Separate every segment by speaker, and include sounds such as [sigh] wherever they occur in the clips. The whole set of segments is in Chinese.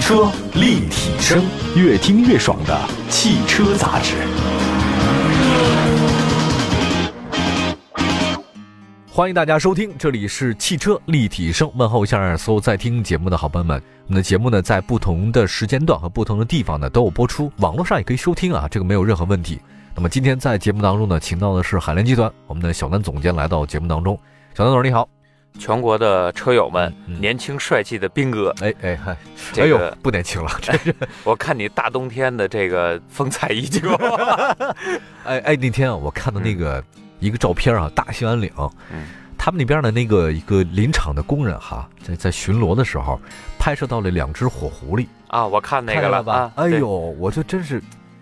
Speaker 1: 车立体声，越听越爽的汽车杂志。
Speaker 2: 欢迎大家收听，这里是汽车立体声，问候一下所有在听节目的好朋友们。我们的节目呢，在不同的时间段和不同的地方呢都有播出，网络上也可以收听啊，这个没有任何问题。那么今天在节目当中呢，请到的是海联集团我们的小南总监来到节目当中。小南总你好，
Speaker 3: 全国的车友们，
Speaker 2: 嗯
Speaker 3: 年轻帅气的斌哥，
Speaker 2: 哎哎嗨，
Speaker 3: 这
Speaker 2: 哎
Speaker 3: 个
Speaker 2: 呦不年轻了，真是。
Speaker 3: 我看你大冬天的这个风采依旧。
Speaker 2: 哎哎，那天啊，我看到那个、一个照片啊，大兴安岭，
Speaker 3: 嗯
Speaker 2: 他们那边的那个一个林场的工人哈，在在巡逻的时候，拍摄到了两只火狐狸，
Speaker 3: 啊，我看那
Speaker 2: 看
Speaker 3: 个
Speaker 2: 见
Speaker 3: 了
Speaker 2: 吧？
Speaker 3: 啊，
Speaker 2: 哎
Speaker 3: 对
Speaker 2: 呦，，我就真是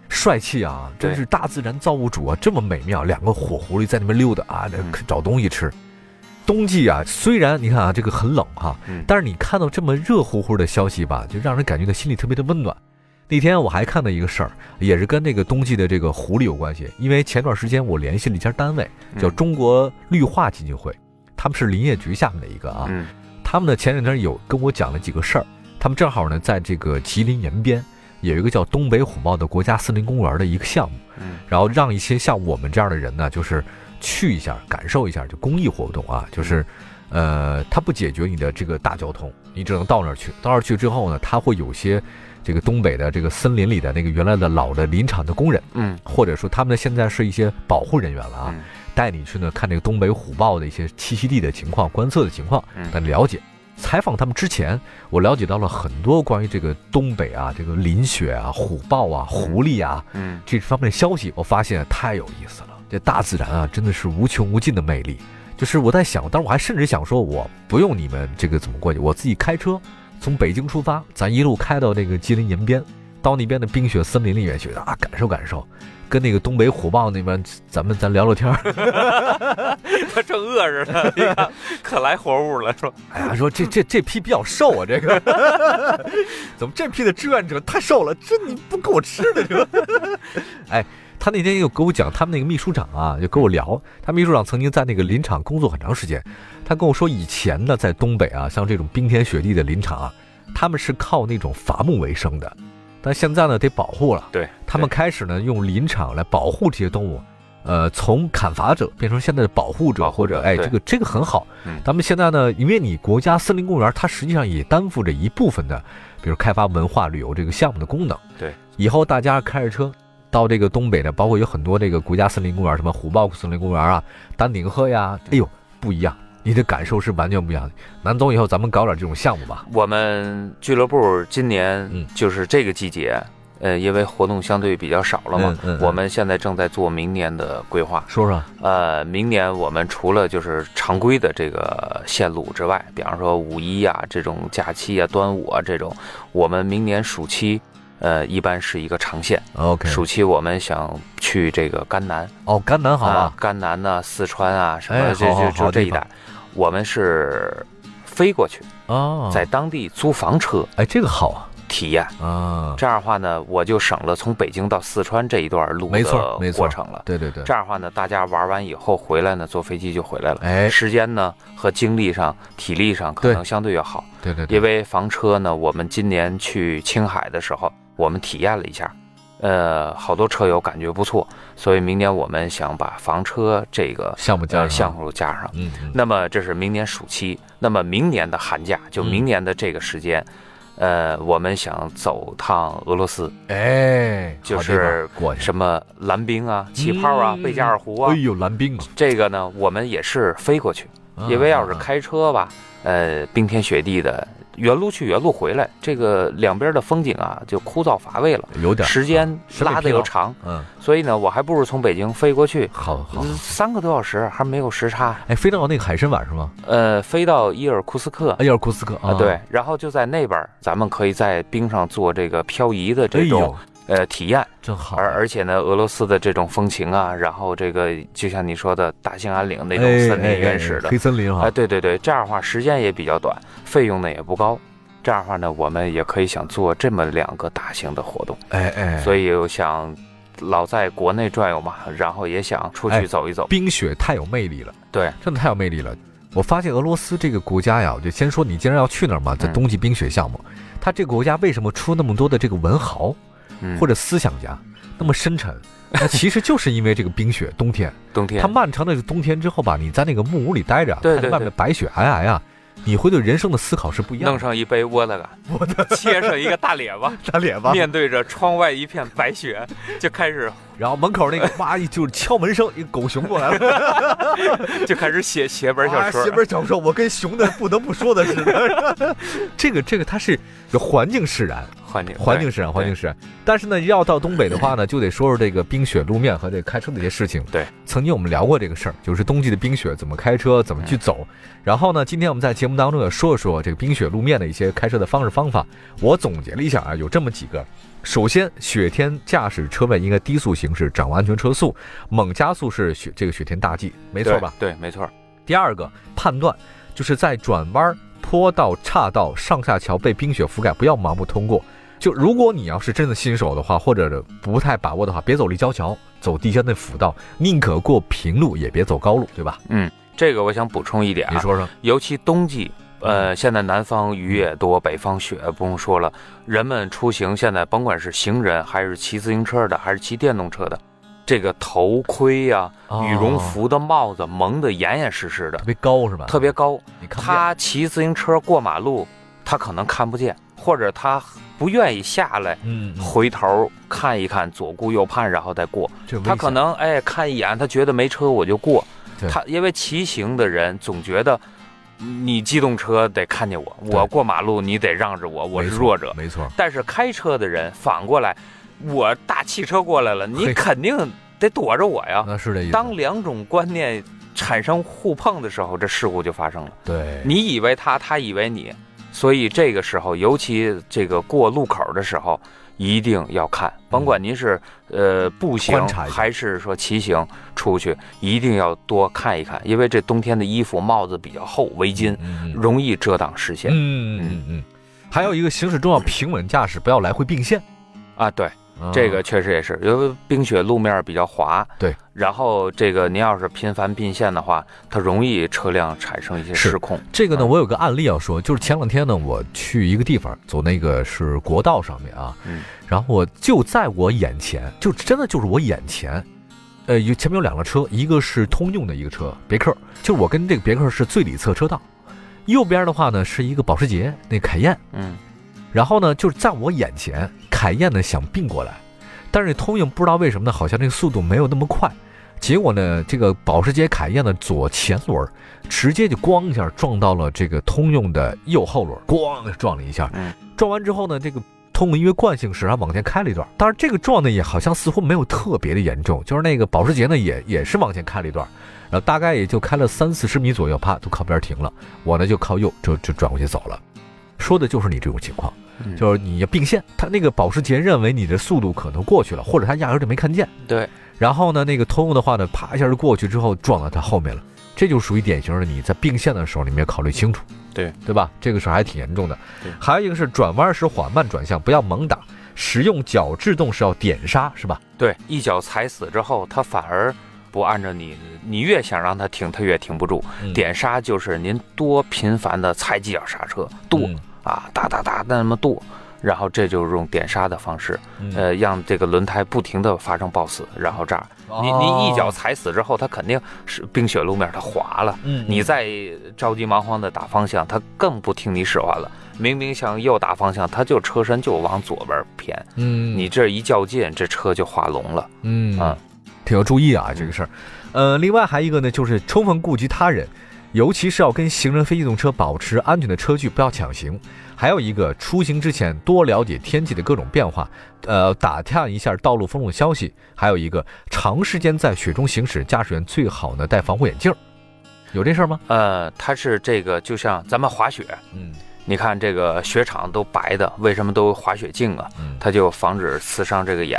Speaker 2: 帅气啊，
Speaker 3: 对
Speaker 2: 真是大自然造物主啊，这么美妙，两个火狐狸在那边溜达啊，那
Speaker 3: 嗯
Speaker 2: 找东西吃。冬季啊，虽然你看啊，这个很冷哈、
Speaker 3: 嗯
Speaker 2: 但是你看到这么热乎乎的消息吧，就让人感觉到心里特别的温暖。那天我还看到一个事儿，也是跟那个冬季的这个狐狸有关系，因为前段时间我联系了一家单位，叫
Speaker 3: 嗯
Speaker 2: 中国绿化基金会，他们是林业局下面的一个啊，
Speaker 3: 嗯
Speaker 2: 他们呢前两天有跟我讲了几个事儿，他们正好呢在这个吉林延边有一个叫东北虎豹的国家森林公园的一个项目，
Speaker 3: 嗯
Speaker 2: 然后让一些像我们这样的人呢，就是去一下感受一下，就公益活动啊，就是。呃，它不解决你的这个大交通，你只能到那儿去。到那儿去之后呢，它会有些这个东北的这个森林里的那个原来的老的林场的工人，
Speaker 3: 嗯
Speaker 2: 或者说他们呢现在是一些保护人员了啊，
Speaker 3: 嗯
Speaker 2: 带你去呢看这个东北虎豹的一些栖息地的情况、观测的情况。来
Speaker 3: 嗯
Speaker 2: 了解。采访他们之前，我了解到了很多关于这个东北啊、这个林雪啊、虎豹啊、狐狸啊
Speaker 3: 嗯
Speaker 2: 这方面的消息，我发现太有意思了。这大自然啊，真的是无穷无尽的魅力。就是我在想，当时我还甚至想说，我不用你们这个怎么过去，我自己开车从北京出发，咱一路开到这个吉林延边，到那边的冰雪森林里面去啊，感受感受，跟那个东北虎豹那边，咱们咱聊聊天儿。
Speaker 3: 他正饿着呢，你看，可来活物了，是吧？
Speaker 2: 哎呀，说这这这批比较瘦啊，这个怎么这批的志愿者太瘦了？这你不给我吃的这个？哎，他那天又给我讲，他们那个秘书长啊，就跟我聊，他秘书长曾经在那个林场工作很长时间，他跟我说以前呢，在东北啊，像这种冰天雪地的林场啊，他们是靠那种伐木为生的，但现在呢得保护了，
Speaker 3: [laughs] 对，
Speaker 2: 他们开始呢用林场来保护这些动物。呃，从砍伐者变成现在的保护者，
Speaker 3: 保护
Speaker 2: 或者
Speaker 3: 者
Speaker 2: 哎，
Speaker 3: 对
Speaker 2: 这个这个很好，
Speaker 3: 嗯
Speaker 2: 咱们现在呢，因为你国家森林公园，它实际上也担负着一部分的，比如开发文化旅游这个项目的功能。
Speaker 3: 对，
Speaker 2: 以后大家开着车到这个东北呢，包括有很多这个国家森林公园，什么虎豹森林公园啊、丹顶鹤呀，哎呦，不一样，你的感受是完全不一样的。南总，以后咱们搞点这种项目吧。
Speaker 3: 我们俱乐部今
Speaker 2: 嗯
Speaker 3: 年就是这个季节，呃，因为活动相对比较少了嘛
Speaker 2: 嗯嗯嗯，
Speaker 3: 我们现在正在做明年的规划。
Speaker 2: 说说，
Speaker 3: 呃，明年我们除了就是常规的这个线路之外，比方说五一啊这种假期啊、端午啊这种，我们明年暑期，呃，一般是一个长线。
Speaker 2: ，OK，
Speaker 3: 暑期我们想去这个甘南，
Speaker 2: 哦，甘南好
Speaker 3: 啊
Speaker 2: 吧，，
Speaker 3: 甘南呐、四川啊什
Speaker 2: 哎
Speaker 3: 么这
Speaker 2: 好好
Speaker 3: 这
Speaker 2: 好
Speaker 3: 就这
Speaker 2: 地
Speaker 3: 一带，我们是飞过去，
Speaker 2: 哦，
Speaker 3: 在当地租房车
Speaker 2: 哎，这个好啊，
Speaker 3: 体验。
Speaker 2: 啊，
Speaker 3: 这样的话呢，我就省了从北京到四川这一段路
Speaker 2: 没
Speaker 3: 的
Speaker 2: 错没错
Speaker 3: 过程了。
Speaker 2: 对对对
Speaker 3: 这，样的话呢，大家玩完以后回来呢，坐飞机就回来了。
Speaker 2: 哎，
Speaker 3: 时间呢和精力上、体力上可
Speaker 2: 对
Speaker 3: 能相对要好，
Speaker 2: 对对对，
Speaker 3: 因为房车呢，我们今年去青海的时候，我们体验了一下，呃，好多车友感觉不错，所以明年我们想把房车这个
Speaker 2: 项目加
Speaker 3: 呃
Speaker 2: 上，
Speaker 3: 项目加上。
Speaker 2: 嗯，嗯，
Speaker 3: 那么这是明年暑期，那么明年的寒假，就
Speaker 2: 嗯
Speaker 3: 明年的这个时间，呃，我们想走趟俄罗斯，
Speaker 2: 哎，
Speaker 3: 就
Speaker 2: 好地方
Speaker 3: 是
Speaker 2: 过去。
Speaker 3: 什么蓝冰啊、起泡啊、
Speaker 2: 嗯
Speaker 3: 贝加尔湖啊
Speaker 2: 哎，呦，蓝冰啊！
Speaker 3: 这个呢，我们也是飞过去。因为
Speaker 2: 嗯
Speaker 3: 要是开车吧，呃，冰天雪地的，原路去原路回来，这个两边的风景啊就枯燥乏味了，
Speaker 2: 有点儿
Speaker 3: 时，间
Speaker 2: 审美
Speaker 3: 拉的
Speaker 2: 疲劳
Speaker 3: 又长，
Speaker 2: 嗯，
Speaker 3: 所以呢，我还不如从北京飞过去，
Speaker 2: 好好。
Speaker 3: 嗯三个多小时还没有时差，
Speaker 2: 哎，飞到那个海参崴是吗？
Speaker 3: 呃，飞到伊尔库斯克。
Speaker 2: 哎，要是库斯克
Speaker 3: 啊，对，，然后就在那边儿，咱们可以在冰上做这个漂移的
Speaker 2: 哎
Speaker 3: 这种
Speaker 2: 呦，
Speaker 3: 呃体验，
Speaker 2: 真好。哎
Speaker 3: 而而且呢，俄罗斯的这种风情啊，然后这个就像你说的大兴安岭那种
Speaker 2: 哎
Speaker 3: 森
Speaker 2: 哎
Speaker 3: 林原始
Speaker 2: 哎
Speaker 3: 的
Speaker 2: 黑，森林
Speaker 3: 哎，
Speaker 2: 哈，
Speaker 3: 对对对，这样的话时间也比较短，费用呢也不高。这样的话呢，我们也可以想做这么两个大型的活动，
Speaker 2: 哎哎，以
Speaker 3: 所以我想老在国内转悠嘛，然后也想出
Speaker 2: 哎
Speaker 3: 去走一走。
Speaker 2: 冰雪太有魅力了，
Speaker 3: 对，
Speaker 2: 真的太有魅力了。我发现俄罗斯这个国家呀，我就先说你既然要去那儿嘛，在
Speaker 3: 嗯
Speaker 2: 冬季冰雪项目，它这个国家为什么出那么多的这个文豪
Speaker 3: 嗯，
Speaker 2: 或者思想家那么深
Speaker 3: [laughs]
Speaker 2: 沉？那其实就是因为这个冰雪，冬天
Speaker 3: 冬天
Speaker 2: 它漫长的冬天之后吧，你在那个木屋里待着啊，
Speaker 3: 对
Speaker 2: 看
Speaker 3: 对
Speaker 2: 外面的白雪皑皑啊，你会对人生的思考是不一样 [laughs]
Speaker 3: 弄
Speaker 2: 的。
Speaker 3: 上一杯窝了个，
Speaker 2: 我的
Speaker 3: 切上一个大
Speaker 2: [laughs]
Speaker 3: 脸巴，
Speaker 2: 大脸吧
Speaker 3: 面对着窗外一片白雪，就开始
Speaker 2: 然后门口那个哇，一就是敲门声，一个狗熊过来
Speaker 3: [laughs]
Speaker 2: 了，
Speaker 3: 就开始写写本小说
Speaker 2: 啊写。本小说，我跟熊的不得不说的是， [laughs] 这个这个它是有环境使然，
Speaker 3: 环境
Speaker 2: 环境使然，
Speaker 3: 对
Speaker 2: 环境使然。但是呢，要到东北的话呢，就得说说这个冰雪路面和这个开车的一些事情。
Speaker 3: 对，
Speaker 2: 曾经我们聊过这个事儿，就是冬季的冰雪怎么开车，怎么
Speaker 3: 嗯
Speaker 2: 去走。然后呢，今天我们在节目当中也说一说这个冰雪路面的一些开车的方式方法。我总结了一下啊，有这么几个。首先，雪天驾驶车位应该低速行驶，掌握安全车速，猛加速是雪这个雪天大忌，没
Speaker 3: 没
Speaker 2: 错吧？？
Speaker 3: 对，没错。
Speaker 2: 第二个判断就是在转弯儿、坡道、岔道、上下桥被冰雪覆盖，不要盲目通过。就如果你要是真的新手的话，或者不太把握的话，别走立交桥，走地下那辅道，宁可过平路也别走高路，对吧？
Speaker 3: 嗯这个我想补充一点
Speaker 2: 你
Speaker 3: 啊，
Speaker 2: 说说，
Speaker 3: 尤其冬季，呃，现在南方雨也多，北方雪不用说了。人们出行现在，甭管是行人，还是骑自行车的，还是骑电动车的，这个头盔呀、
Speaker 2: 哦
Speaker 3: 羽绒服的帽子蒙得严严实实的
Speaker 2: 特，别高是吧？
Speaker 3: 特别高。
Speaker 2: 你看不见
Speaker 3: 他骑自行车过马路，他可能看不见，或者他不愿意下来，
Speaker 2: 嗯，嗯
Speaker 3: 回头看一看，左顾右盼，然后再过。
Speaker 2: 这危
Speaker 3: 他
Speaker 2: 险
Speaker 3: 可能哎看一眼，他觉得没车我就过
Speaker 2: 对。
Speaker 3: 他因为骑行的人总觉得你机动车得看见我，
Speaker 2: 对
Speaker 3: 我过马路你得让着我，我是
Speaker 2: 没错
Speaker 3: 弱者。
Speaker 2: 没错，
Speaker 3: 但是开车的人反过来，我大汽车过来了，你
Speaker 2: 嘿
Speaker 3: 肯定得躲着我呀。
Speaker 2: 那是这意思。
Speaker 3: 啊当两种观念产生互碰的时候，这事故就发生了。
Speaker 2: 对
Speaker 3: 你以为他，他以为你，所以这个时候，尤其这个过路口的时候，一定要看，甭管您是呃步行
Speaker 2: 嗯观察一下
Speaker 3: 还是说骑行出去，一定要多看一看，因为这冬天的衣服、帽子比较厚，围巾
Speaker 2: 嗯嗯
Speaker 3: 容易遮挡视线、
Speaker 2: 嗯嗯嗯，还有一个行驶中要平稳驾驶，不要来回并线。
Speaker 3: 啊。对，
Speaker 2: 啊
Speaker 3: 这个确实也是，因为冰雪路面比较滑，
Speaker 2: 对，
Speaker 3: 然后这个您要是频繁并线的话，它容易车辆产生一些
Speaker 2: 是
Speaker 3: 失控。
Speaker 2: 这个呢，
Speaker 3: 嗯
Speaker 2: 我有个案例要说，就是前两天呢，我去一个地方，走那个是国道上面啊，
Speaker 3: 嗯
Speaker 2: 然后我就在我眼前，就真的就是我眼前，呃，有前面有两辆车，一个是通用的一个车别克，就是我跟这个别克是最里侧车道，右边的话呢是一个保时捷那凯宴，
Speaker 3: 嗯，
Speaker 2: 然后呢就是在我眼前，凯宴呢想并过来，但是通用不知道为什么呢，好像这个速度没有那么快。结果呢，这个保时捷凯宴的左前轮儿直接就咣一下撞到了这个通用的右后轮儿，咣撞了一下
Speaker 3: 嗯。
Speaker 2: 撞完之后呢，这个通用因为惯性使然往前开了一段儿，但是这个撞呢也好像似乎没有特别的严重，就是那个保时捷呢也也是往前开了一段儿，然后大概也就开了三四十米左右，啪就靠边停了。我呢就靠右就就转过去走了。说的就是你这种情况。
Speaker 3: 嗯
Speaker 2: 就是你要并线，他那个保时捷认为你的速度可能过去了，或者他压根儿就没看见。
Speaker 3: 对。
Speaker 2: 然后呢，那个通用的话呢，啪一下就过去之后撞到他后面了，这就属于典型的你在并线的时候你没有考虑清楚，
Speaker 3: 对
Speaker 2: 对吧？这个事儿还挺严重的
Speaker 3: 对。
Speaker 2: 还有一个是转弯时缓慢转向，不要猛打，使用脚制动是要点刹，是吧？
Speaker 3: 对，一脚踩死之后，它反而不按照你，你越想让它停，它越停不住。
Speaker 2: 嗯
Speaker 3: 点刹就是您多频繁的踩几脚刹车，跺、
Speaker 2: 嗯
Speaker 3: 啊，哒哒哒那么跺，然后这就是用点刹的方式，
Speaker 2: 嗯
Speaker 3: 呃，让这个轮胎不停的发生抱死，然后这样，你你
Speaker 2: 哦
Speaker 3: 一脚，踩死之后，它肯定是冰雪路面它滑了。
Speaker 2: 嗯
Speaker 3: 你再着急忙慌的打方向，它更不听你使唤了。明明向右打方向，它就车身就往左边偏。
Speaker 2: 嗯
Speaker 3: 你这一较劲，这车就滑龙了。
Speaker 2: 嗯
Speaker 3: 啊，
Speaker 2: 挺要注意啊这个事儿。呃，另外还一个呢，就是充分顾及他人，尤其是要跟行人、非机动车保持安全的车距，不要抢行。还有一个，出行之前多了解天气的各种变化，呃，打探一下道路风控消息。还有一个，长时间在雪中行驶，驾驶员最好呢戴防护眼镜儿。有这事儿吗？
Speaker 3: 呃，它是这个，就像咱们滑雪，
Speaker 2: 嗯
Speaker 3: 你看这个雪场都白的，为什么都有滑雪镜啊？
Speaker 2: 嗯，
Speaker 3: 它就防止刺伤这个眼。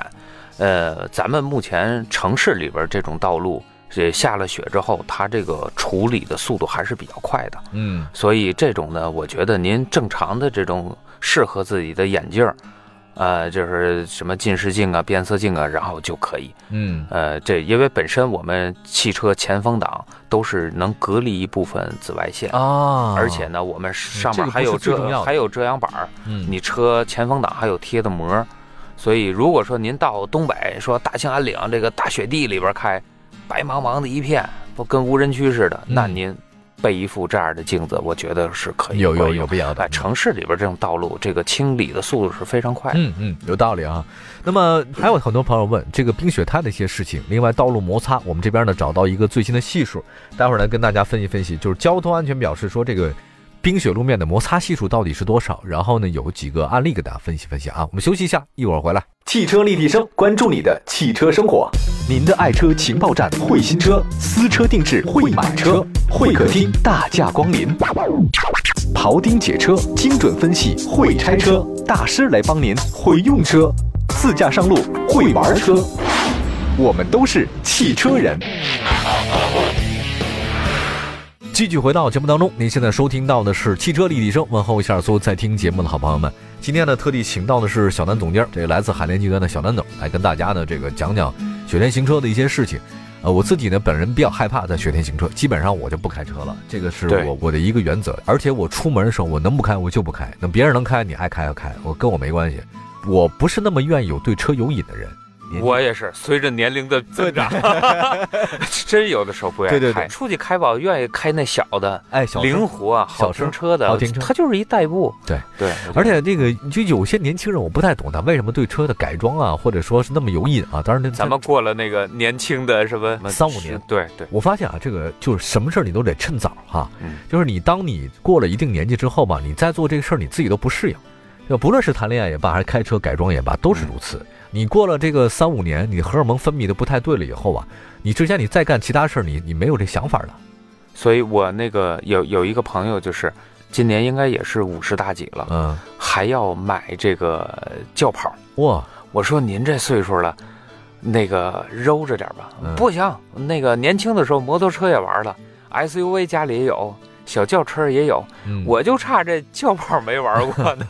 Speaker 3: 呃，咱们目前城市里边这种道路，这下了雪之后，它这个处理的速度还是比较快的。
Speaker 2: 嗯
Speaker 3: 呃所以这种呢，我觉得您正常的这种适合自己的眼镜儿，呃，就是什么近视镜啊、变色镜啊，然后就可以。
Speaker 2: 嗯
Speaker 3: 呃，这因为本身我们汽车前风挡都是能隔离一部分紫外线，
Speaker 2: 啊
Speaker 3: 而且呢，我们上
Speaker 2: 这
Speaker 3: 面
Speaker 2: 个
Speaker 3: 还有
Speaker 2: 不是最重要
Speaker 3: 遮
Speaker 2: 的
Speaker 3: 还有遮阳板儿，
Speaker 2: 嗯
Speaker 3: 你车前风挡还有贴的膜儿，所以如果说您到东北，说大兴安岭这个大雪地里边开，白茫茫的一片，不跟无人区似的，
Speaker 2: 嗯
Speaker 3: 那您备一副这样的镜子，我觉得是可以
Speaker 2: 有
Speaker 3: 管
Speaker 2: 有
Speaker 3: 用
Speaker 2: 有必要的嗯
Speaker 3: 哎，。城市里边这种道路，这个清理的速度是非常快的。
Speaker 2: 嗯嗯，有道理啊。那么还有很多朋友问这个冰雪滩的一些事情，另外道路摩擦，我们这边呢找到一个最新的系数，待会儿来跟大家分析分析，就是交通安全表示说这个冰雪路面的摩擦系数到底是多少，然后呢有几个案例给大家分析分析啊。我们休息一下，一会儿回来。
Speaker 1: 汽车立体声，关注你的汽车生活。您的爱车情报站，会新车，私车定制，会买车，会客厅大驾光临，庖丁解车，精准分析，会拆车，大师来帮您，会用车，自驾上路，会玩车，我们都是汽车人。
Speaker 2: 继续回到节目当中，您现在收听到的是汽车立体声，问候一下所有在听节目的好朋友们。今天呢，特地请到的是小南总监，这来自海联集团的小南总，来跟大家呢这个讲讲雪天行车的一些事情。呃，我自己呢本人比较害怕在雪天行车，基本呃上我就不开车了，这个是
Speaker 3: 对
Speaker 2: 我我的一个原则。而且我出门的时候，我能不开我就不开，那别人能开你爱开就开，我跟我没关系。我不是那么愿意有对车有瘾的人。年纪
Speaker 3: 我也是，随着年龄的增长， [laughs] 真有的时候不愿
Speaker 2: 对
Speaker 3: 意
Speaker 2: 对对
Speaker 3: 开出去开吧，我愿意开那小的，
Speaker 2: 哎，小
Speaker 3: 灵活啊，
Speaker 2: 小
Speaker 3: 好停车的，
Speaker 2: 好停车
Speaker 3: 它就是一代步。
Speaker 2: 对
Speaker 3: 对，
Speaker 2: 而且这个就有些年轻人，我不太懂他为什么对车的改装啊，或者说是那么有瘾啊。当然那，
Speaker 3: 咱们过了那个年轻的什么
Speaker 2: 三五年，
Speaker 3: 对对，
Speaker 2: 我发现啊，这个就是什么事儿你都得趁早哈、
Speaker 3: 嗯
Speaker 2: 就是你当你过了一定年纪之后吧，你再做这个事儿，你自己都不适应。就不论是谈恋爱也罢，还是开车改装也罢，都是如此。
Speaker 3: 嗯
Speaker 2: 你过了这个三五年，你荷尔蒙分泌的不太对了以后啊，你之前你再干其他事儿，你你没有这想法了。
Speaker 3: 所以我那个有有一个朋友就是。今年应该也是五十大几了，
Speaker 2: 嗯，
Speaker 3: 还要买这个轿跑。
Speaker 2: 哇，
Speaker 3: 我说您这岁数了，那个揉着点吧。
Speaker 2: 嗯
Speaker 3: 不行，那个年轻的时候摩托车也玩了，SUV 家里也有，小轿车也有，
Speaker 2: 嗯
Speaker 3: 我就差这轿跑没玩
Speaker 2: [laughs]
Speaker 3: 过呢。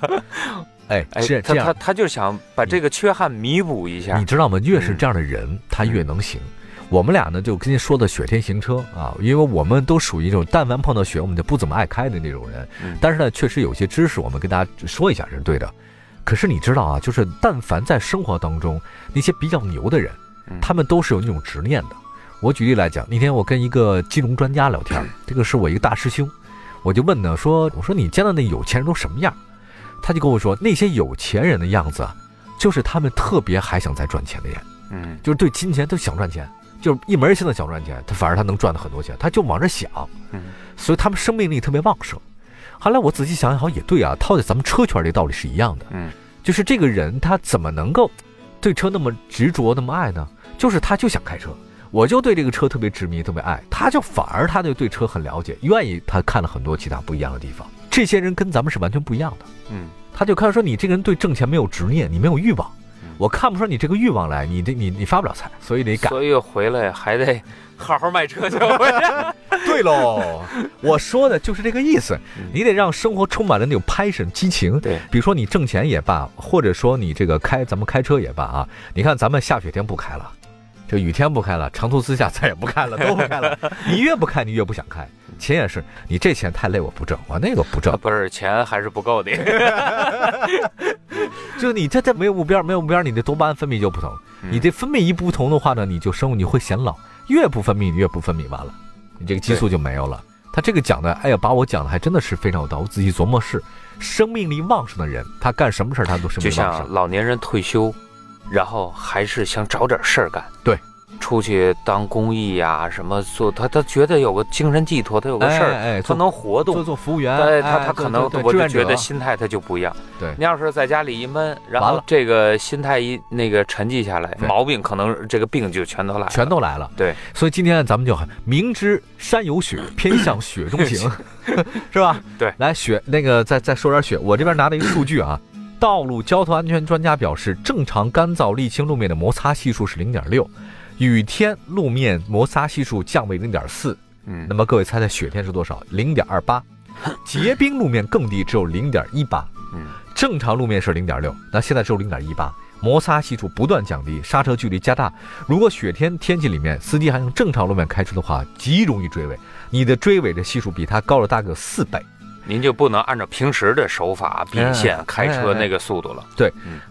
Speaker 2: 哎，
Speaker 3: 哎
Speaker 2: 这，
Speaker 3: 他
Speaker 2: 这样嗯
Speaker 3: 他他就想把这个缺憾弥补一下
Speaker 2: 你。知道吗？越是
Speaker 3: 嗯
Speaker 2: 这样的人，他越能行。我们俩呢，就跟您说的雪天行车啊，因为我们都属于一种但凡碰到雪，我们就不怎么爱开的那种人。
Speaker 3: 嗯
Speaker 2: 但是呢，确实有些知识我们跟大家说一下是对的。可是你知道啊，就是但凡在生活当中，那些比较牛的人，
Speaker 3: 嗯
Speaker 2: 他们都是有那种执念的。我举例来讲，那天我跟一个金融专家聊天，
Speaker 3: 嗯
Speaker 2: 这个是我一个大师兄，我就问他说：“我说你见到那有钱人都什么样？”他就跟我说，那些有钱人的样子啊，就是他们特别还想再赚钱的人，
Speaker 3: 嗯
Speaker 2: 就是对金钱都想赚钱，就是一门心思想赚钱，他反而他能赚到很多钱，他就往这想，
Speaker 3: 嗯
Speaker 2: 所以他们生命力特别旺盛。后来我仔细想想，好像也对啊，套在咱们车圈这道理是一样的。
Speaker 3: 嗯，
Speaker 2: 就是这个人他怎么能够对车那么执着、那么爱呢？就是他就想开车，我就对这个车特别执迷、特别爱，他就反而他就对车很了解，愿意他看了很多其他不一样的地方。这些人跟咱们是完全不一样的。
Speaker 3: 嗯
Speaker 2: 他就看说你这个人对挣钱没有执念，你没有欲望
Speaker 3: 嗯，
Speaker 2: 我看不出你这个欲望来，你这你你发不了财，所以得改。
Speaker 3: 所以回来还得好好卖 [laughs] 车去。回来
Speaker 2: 对喽，我说的就是这个意思
Speaker 3: 嗯，
Speaker 2: 你得让生活充满了那种 passion 激情。
Speaker 3: 对，
Speaker 2: 比如说你挣钱也罢，或者说你这个开咱们开车也罢啊，你看咱们下雪天不开了。这雨天不开了，长途自驾咱也不开了，都不开了。你越不开，你越不想开。钱也是，你这钱太累，我不挣，我那个不挣
Speaker 3: 啊，不是钱还是
Speaker 2: [laughs]
Speaker 3: 不够的。
Speaker 2: 就是你这这没有目标，没有目标，你的多巴胺分泌就不同。
Speaker 3: 嗯
Speaker 2: 你这分泌一不同的话呢，你就生物你会显老，越不分泌你越不分泌，完了，你这个激素就没有了。他这个讲的，哎呀，把我讲的还真的是非常有道理。我仔细琢磨是，生命力旺盛的人，他干什么事儿他都生
Speaker 3: 就
Speaker 2: 命力旺
Speaker 3: 像
Speaker 2: 盛。
Speaker 3: 老年人退休，然后还是想找点事儿干。
Speaker 2: 对，
Speaker 3: 出去当公益呀、什么做，他他觉得有个精神寄托，他有个事儿，
Speaker 2: 哎哎，
Speaker 3: 他
Speaker 2: 做
Speaker 3: 能活
Speaker 2: 做
Speaker 3: 动。
Speaker 2: 做服务员，哎
Speaker 3: 对他，他
Speaker 2: 对
Speaker 3: 可能
Speaker 2: 对对
Speaker 3: 我
Speaker 2: 志
Speaker 3: 就
Speaker 2: 愿
Speaker 3: 觉
Speaker 2: 者
Speaker 3: 得心态他就不一样。
Speaker 2: 对
Speaker 3: 你要是在家里一闷，然
Speaker 2: 完
Speaker 3: 后
Speaker 2: 了
Speaker 3: 这个心态一那个沉寂下来，
Speaker 2: 对
Speaker 3: 毛病可能这个病就全都来了。
Speaker 2: 全都来了。
Speaker 3: 对，
Speaker 2: 所以今天咱们就明知山有雪，偏向雪中
Speaker 3: [laughs]
Speaker 2: 行，是吧？
Speaker 3: 对
Speaker 2: 来雪那个再再说点雪，我这边拿了一个数据
Speaker 3: [laughs]
Speaker 2: 啊。道路交通安全专家表示，正常干燥沥青路面的摩擦系数是零点六，雨天路面摩擦系数降为零点四。
Speaker 3: 嗯
Speaker 2: 那，么各位猜猜雪天是多少？零点二八。结冰路面更低，只有零点一八。
Speaker 3: 嗯
Speaker 2: 正常路面是零点六，那现在只有零点一八，摩擦系数不断降低，刹车距离加大。如果雪天天气里面司机还用正常路面开车的话，极容易追尾。你的追尾的系数比它高了大概有四倍。
Speaker 3: 您就不能按照平时的手
Speaker 2: 哎
Speaker 3: 法比线开车那个速度了。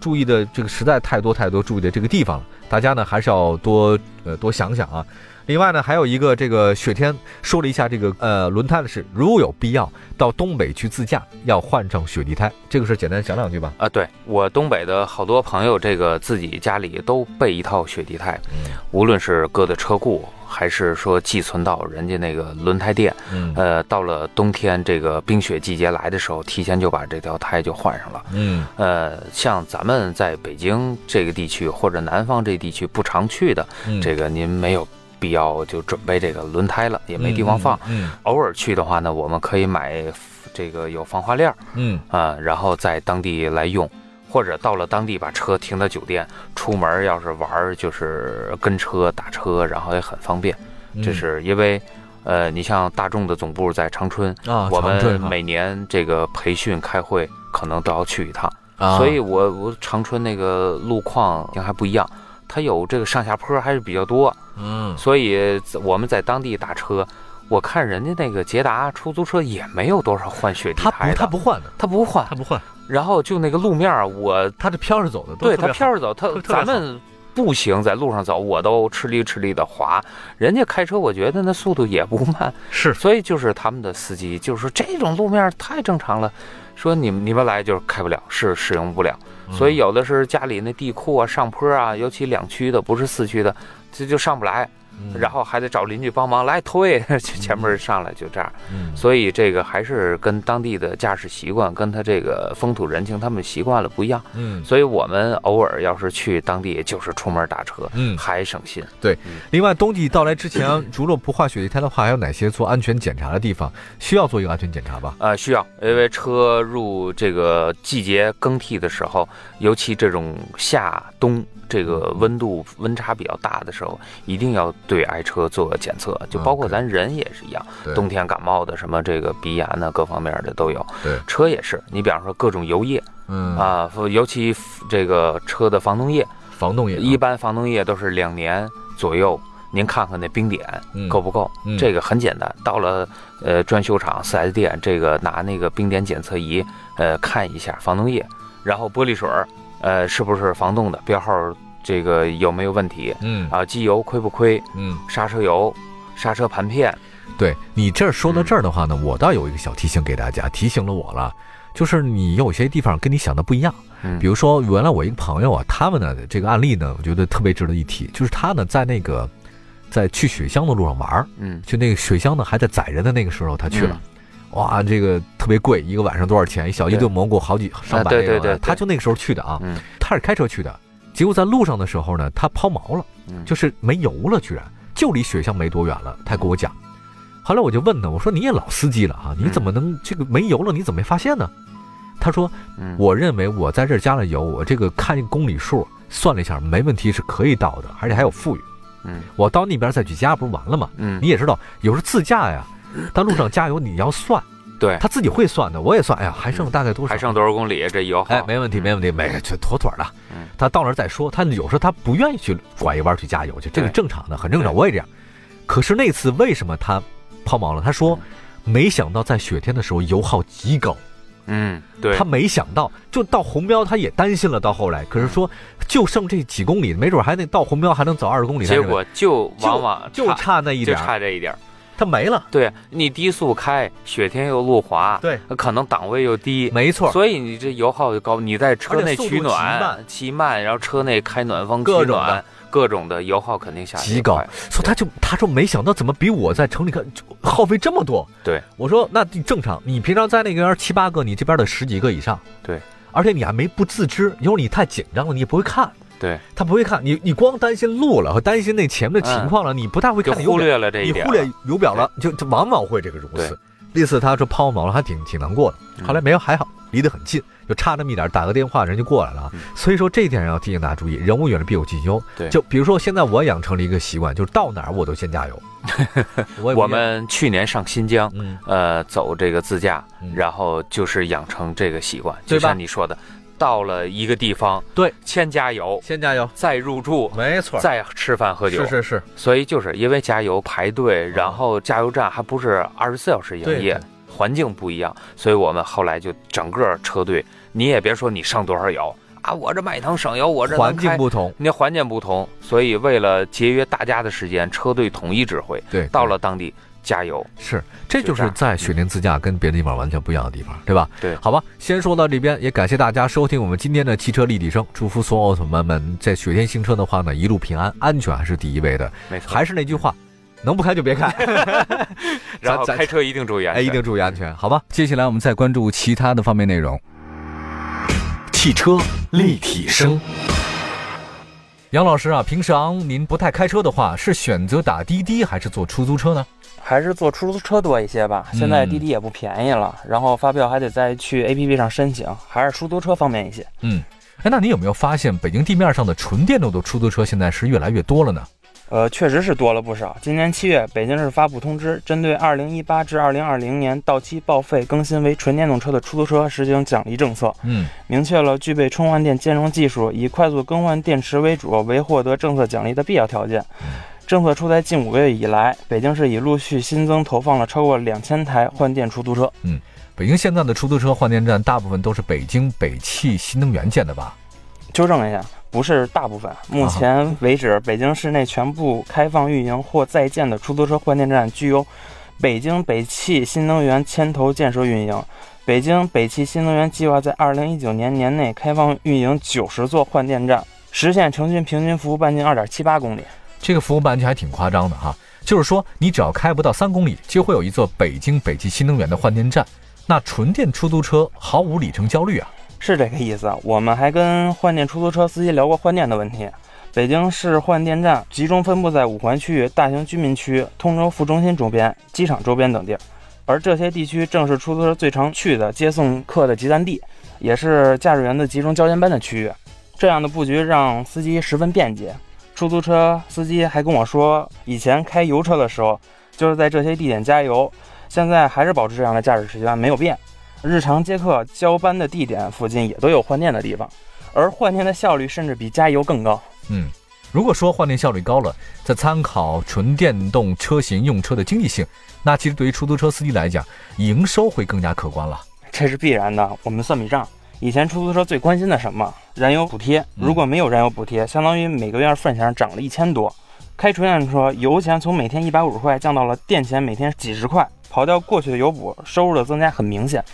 Speaker 2: 注意的这个实在太多太多注意的这个地方了，大家呢还是要多呃多想想啊。另外呢，还有一个这个雪天说了一下这个呃轮胎的事，如有必要到东北去自驾，要换上雪地胎，这个事儿简单讲两句吧。
Speaker 3: 啊，对我东北的好多朋友，这个自己家里都备一套雪地胎，
Speaker 2: 嗯
Speaker 3: 无论是搁的车库，还是说寄存到人家那个轮胎店，
Speaker 2: 嗯
Speaker 3: 呃，到了冬天这个冰雪季节来的时候，提前就把这条胎就换上了。
Speaker 2: 嗯
Speaker 3: 呃，像咱们在北京这个地区或者南方这地区不常去的，
Speaker 2: 嗯
Speaker 3: 这个您没有必要就准备这个轮胎了，也没地方放。
Speaker 2: 嗯
Speaker 3: 偶尔去的话呢，我们可以买这个有防滑链儿
Speaker 2: 嗯
Speaker 3: 啊，然后在当地来用，或者到了当地把车停到酒店，出门要是玩儿就是跟车打车，然后也很方便。
Speaker 2: 嗯，
Speaker 3: 这是因为，呃，你像大众的总部在长春，
Speaker 2: 啊，
Speaker 3: 我
Speaker 2: 长春
Speaker 3: 们
Speaker 2: 哈
Speaker 3: 每年这个培训开会可能都要去一趟，
Speaker 2: 啊
Speaker 3: 所以我我长春那个路况还不一样，它有这个上下坡还是比较多。
Speaker 2: 嗯
Speaker 3: 所以我们在当地打车，我看人家那个捷达出租车也没有多少换雪地
Speaker 2: 他
Speaker 3: 胎
Speaker 2: 不
Speaker 3: 的，
Speaker 2: 他不换的，
Speaker 3: 他不换
Speaker 2: 他，不换，
Speaker 3: 然后就那个路面儿，我
Speaker 2: 他这飘着走的，都
Speaker 3: 对
Speaker 2: 特别好
Speaker 3: 他飘着走，他
Speaker 2: 特特别好
Speaker 3: 咱们步行在路上走，我都吃力吃力的滑，人家开车我觉得那速度也不慢， [laughs]
Speaker 2: 是
Speaker 3: 所以就是他们的司机就是说这种路面儿太正常了，说你们你们来就是开不了，是使用不了。
Speaker 2: 嗯
Speaker 3: 所以有的是家里那地库啊、上坡啊，尤其两区的，不是四区的，这就上不来，
Speaker 2: 嗯
Speaker 3: 然后还得找邻居帮忙来
Speaker 2: [laughs]
Speaker 3: 推，前面上来就这样。
Speaker 2: 嗯
Speaker 3: 所以这个还是跟当地的驾驶习惯、跟他这个风土人情、他们习惯了不一样。
Speaker 2: 嗯
Speaker 3: 所以我们偶尔要是去当地，就是出门打车，
Speaker 2: 嗯。
Speaker 3: 还省心。
Speaker 2: 另外，冬季到来之前，除了不换雪地胎的话，还有哪些做安全检查的地方需要做一个安全检查吧？
Speaker 3: 呃，需要，因为车入这个季节更替的时候，尤其这种夏冬这个
Speaker 2: 嗯
Speaker 3: 温度温差比较大的时候，一定要对爱车做检测，就包括
Speaker 2: OK
Speaker 3: 咱人也是一样，
Speaker 2: 嗯对
Speaker 3: 冬天感冒的什么这个鼻炎呢，各方面的都有。
Speaker 2: 对
Speaker 3: 车也是，你比方说各种油液
Speaker 2: 嗯，
Speaker 3: 啊，尤其这个车的防冻液，
Speaker 2: 防冻也
Speaker 3: 一般防冻液都是两年左右，您看看那冰点
Speaker 2: 嗯
Speaker 3: 够不够？
Speaker 2: 嗯
Speaker 3: 这个很简单，到了呃专修厂、4S 店，这个拿那个冰点检测仪，呃看一下防冻液，然后玻璃水儿，呃是不是防冻的，标号这个有没有问题
Speaker 2: 嗯
Speaker 3: 啊？机油亏不亏？
Speaker 2: 嗯，
Speaker 3: 刹车油、刹车盘片，
Speaker 2: 对你这儿说到这儿的话呢，我倒有一个小提醒给大家，提醒了我了，就是你有些地方跟你想的不一样。
Speaker 3: 嗯
Speaker 2: 比如说，原来我一个朋友啊，他们呢这个案例呢，我觉得特别值得一提，就是他呢在那个在去雪乡的路上玩儿，
Speaker 3: 嗯
Speaker 2: 就那个雪乡呢还在宰人的那个时候，他去了。哇，这个特别贵，一个晚上多少钱？一小一
Speaker 3: 对啊
Speaker 2: 顿蘑菇好几上百那
Speaker 3: 对
Speaker 2: 个
Speaker 3: 对对对
Speaker 2: 他就那个时候去的啊，
Speaker 3: 嗯
Speaker 2: 他是开车去的，结果在路上的时候呢，他抛锚了，
Speaker 3: 嗯，
Speaker 2: 就是没油了，居然就离雪乡没多远了。他跟我讲，后来我就问他，我说你也老司机了啊，
Speaker 3: 嗯
Speaker 2: 你怎么能这个没油了？你怎么没发现呢？他说，
Speaker 3: 嗯
Speaker 2: 我认为我在这儿加了油，我这个看公里数算了一下，没问题是可以到的，而且还有富裕。
Speaker 3: 嗯
Speaker 2: 我到那边再去加，不是完了吗？
Speaker 3: 嗯
Speaker 2: 你也知道，有时候自驾呀，但路上加油你要算，
Speaker 3: 对嗯
Speaker 2: 他自己会算的，我也算，哎呀，还剩大概多少？
Speaker 3: 还剩多少公里？这油耗
Speaker 2: 哎，没问题，没问题，没这妥妥的
Speaker 3: 嗯。
Speaker 2: 他到那儿再说，他有时候他不愿意去拐一弯去加油去，这个
Speaker 3: 对
Speaker 2: 正常的，很正常，
Speaker 3: 对
Speaker 2: 我也这样。可是那次为什么他抛锚了？他说
Speaker 3: 嗯。
Speaker 2: 没想到在雪天的时候油耗极高，
Speaker 3: 嗯对
Speaker 2: 他没想到就到红标他也担心了，到后来可是说就剩这几公里，没准还得到红标还能走二十公里，
Speaker 3: 嗯结果就往往
Speaker 2: 就差那一
Speaker 3: 就
Speaker 2: 点儿，
Speaker 3: 差这一点儿。
Speaker 2: 他没了，
Speaker 3: 对你低速开，雪天又路滑，
Speaker 2: 对，
Speaker 3: 可能档位又低，
Speaker 2: 没错，
Speaker 3: 所以你这油耗就高。你在车
Speaker 2: 而且
Speaker 3: 内
Speaker 2: 速度
Speaker 3: 取
Speaker 2: 极
Speaker 3: 暖，
Speaker 2: 慢
Speaker 3: 骑慢，然后车内开暖风取
Speaker 2: 各
Speaker 3: 暖，
Speaker 2: 种的
Speaker 3: 各种的油耗肯定下
Speaker 2: 极高，说他就他说没想到怎么比我在城里看就耗费这么多。
Speaker 3: 对，
Speaker 2: 我说那你正常，你平常在那边七八个，你这边的十几个以上。
Speaker 3: 对，
Speaker 2: 而且你还没不自知，因为你太紧张了，你也不会看。
Speaker 3: 对，
Speaker 2: 他不会看你，你光担心路了和担心那前面的情况了，你不大会
Speaker 3: 嗯就
Speaker 2: 看油
Speaker 3: 忽
Speaker 2: 表，
Speaker 3: 略了这一
Speaker 2: 你
Speaker 3: 点。
Speaker 2: 忽略油表了，就就往往会这个如
Speaker 3: 对嗯
Speaker 2: 此。那次他说抛锚了，还挺挺难过的，后来没有还好，离得很近，就差那么一点儿，打个电话人就过来了啊
Speaker 3: 嗯。
Speaker 2: 所以说这一点要提醒大家注意，人无远虑必有近忧。
Speaker 3: 对
Speaker 2: 就比如说现在我养成了一个习惯，就是到哪儿我都先加
Speaker 3: [laughs]
Speaker 2: 油。我也不
Speaker 3: 我们去年上新疆，
Speaker 2: 嗯，
Speaker 3: 呃，走这个自驾
Speaker 2: 嗯，
Speaker 3: 然后就是养成这个习惯，
Speaker 2: 对吧
Speaker 3: 就像你说的，到了一个地方，
Speaker 2: 对，
Speaker 3: 先加油，
Speaker 2: 先加油，
Speaker 3: 再入住。
Speaker 2: 没错
Speaker 3: 再吃饭喝酒，
Speaker 2: 是是是，
Speaker 3: 所以就是因为加油排队，然后加油站还不是二十四小时营业
Speaker 2: 对，
Speaker 3: 环境不一样，所以我们后来就整个车队，你也别说你上多少油啊，我这卖糖省油，我这
Speaker 2: 环境，不同，
Speaker 3: 你环境不同，所以为了节约大家的时间，车队统一指挥，
Speaker 2: 对，
Speaker 3: 到了当地加油，
Speaker 2: 是，这就
Speaker 3: 就是这样
Speaker 2: 在雪林自驾跟别的地方完全不一样的地方，对吧？
Speaker 3: 对
Speaker 2: 好吧，先说到这边，也感谢大家收听我们今天的汽车立体声，祝福所有奥特曼们在雪天行车的话呢，一路平安，安全还是第一位的。
Speaker 3: 没错，
Speaker 2: 还是那句话，能不开就别开，
Speaker 3: 然后
Speaker 2: 咱
Speaker 3: 开车一定注意安
Speaker 2: 哎，
Speaker 3: 全，
Speaker 2: 一定注意安全，好吧？
Speaker 4: 接下来我们再关注其他的方面内容。
Speaker 1: 汽车立体声，
Speaker 2: 杨老师啊，平常您不太开车的话，是选择打滴滴还是坐出租车呢？
Speaker 5: 还是坐出租车多一些吧。现在滴滴也不便宜了，然后发票还得再去 APP 上申请，还是出租车方便一些。
Speaker 2: 哎，那你有没有发现北京地面上的纯电动的出租车现在是越来越多了呢？
Speaker 5: 呃，确实是多了不少。今年七月，北京市发布通知，针对二零一八至二零二零年到期报废更新为纯电动车的出租车实行奖励政策，
Speaker 2: 嗯，
Speaker 5: 明确了具备充换电兼容技术，以快速更换电池为主为获得政策奖励的必要条件。政策出台近五个月以来，北京市已陆续新增投放了超过两千台换电出租车。
Speaker 2: 北京现在的出租车换电站大部分都是北京北汽新能源建的吧？
Speaker 5: 纠正一下，不是大部分。目前为止，北京市内全部开放运营或在建的出租车换电站均由北京北汽新能源牵头建设运营。北京北汽新能源计划在二零一九年年内开放运营九十座换电站，实现城区平均服务半径二点七八公里。
Speaker 2: 这个服务半径还挺夸张的哈，就是说你只要开不到三公里，就会有一座北京北汽新能源的换电站。那纯电出租车毫无里程焦虑啊！
Speaker 5: 是这个意思啊。我们还跟换电出租车司机聊过换电的问题。北京市换电站集中分布在五环区域、大型居民区、通州副中心周边、机场周边等地儿，而这些地区正是出租车最常去的接送客的集散地，也是驾驶员的集中交接班的区域。这样的布局让司机十分便捷。出租车司机还跟我说，以前开油车的时候，就是在这些地点加油，现在还是保持这样的驾驶习惯没有变。日常接客交班的地点附近也都有换电的地方，而换电的效率甚至比加油更高。 [laughs]
Speaker 2: 嗯，如果说换电效率高了，再参考纯电动车型用车的经济性，那其实对于出租车司机来讲，营收会更加可观了。
Speaker 5: 这是必然的。我们算笔账，以前出租车最关心的什么？燃油补贴。
Speaker 2: 嗯
Speaker 5: 如果没有燃油补贴，相当于每个月份钱涨了一千多。开纯电车，油钱从每天一百五十块降到了电钱每天几十块，刨掉过去的油补，收入的增加很明显。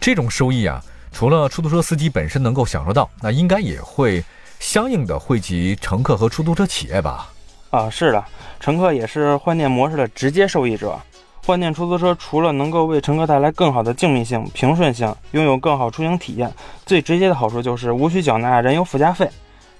Speaker 2: 这种收益啊，除了出租车司机本身能够享受到，那应该也会相应的惠及乘客和出租车企业吧？
Speaker 5: 啊，是的，乘客也是换电模式的直接受益者。换电出租车除了能够为乘客带来更好的静谧性、平顺性，拥有更好出行体验，最直接的好处就是无需缴纳燃油附加费。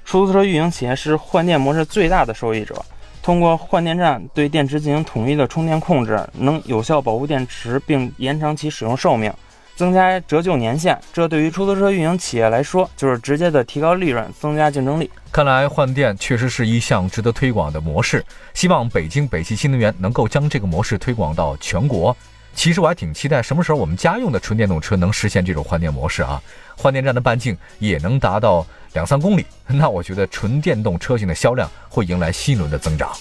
Speaker 5: 出租车运营企业是换电模式最大的受益者，通过换电站对电池进行统一的充电控制，能有效保护电池并延长其使用寿命，增加折旧年限。这对于出租车运营企业来说，就是直接的提高利润，增加竞争力。
Speaker 2: 看来换电确实是一项值得推广的模式，希望北京北汽新能源能够将这个模式推广到全国。其实我还挺期待什么时候我们家用的纯电动车能实现这种换电模式啊，换电站的半径也能达到两三公里，那我觉得纯电动车型的销量会迎来新一轮的增长。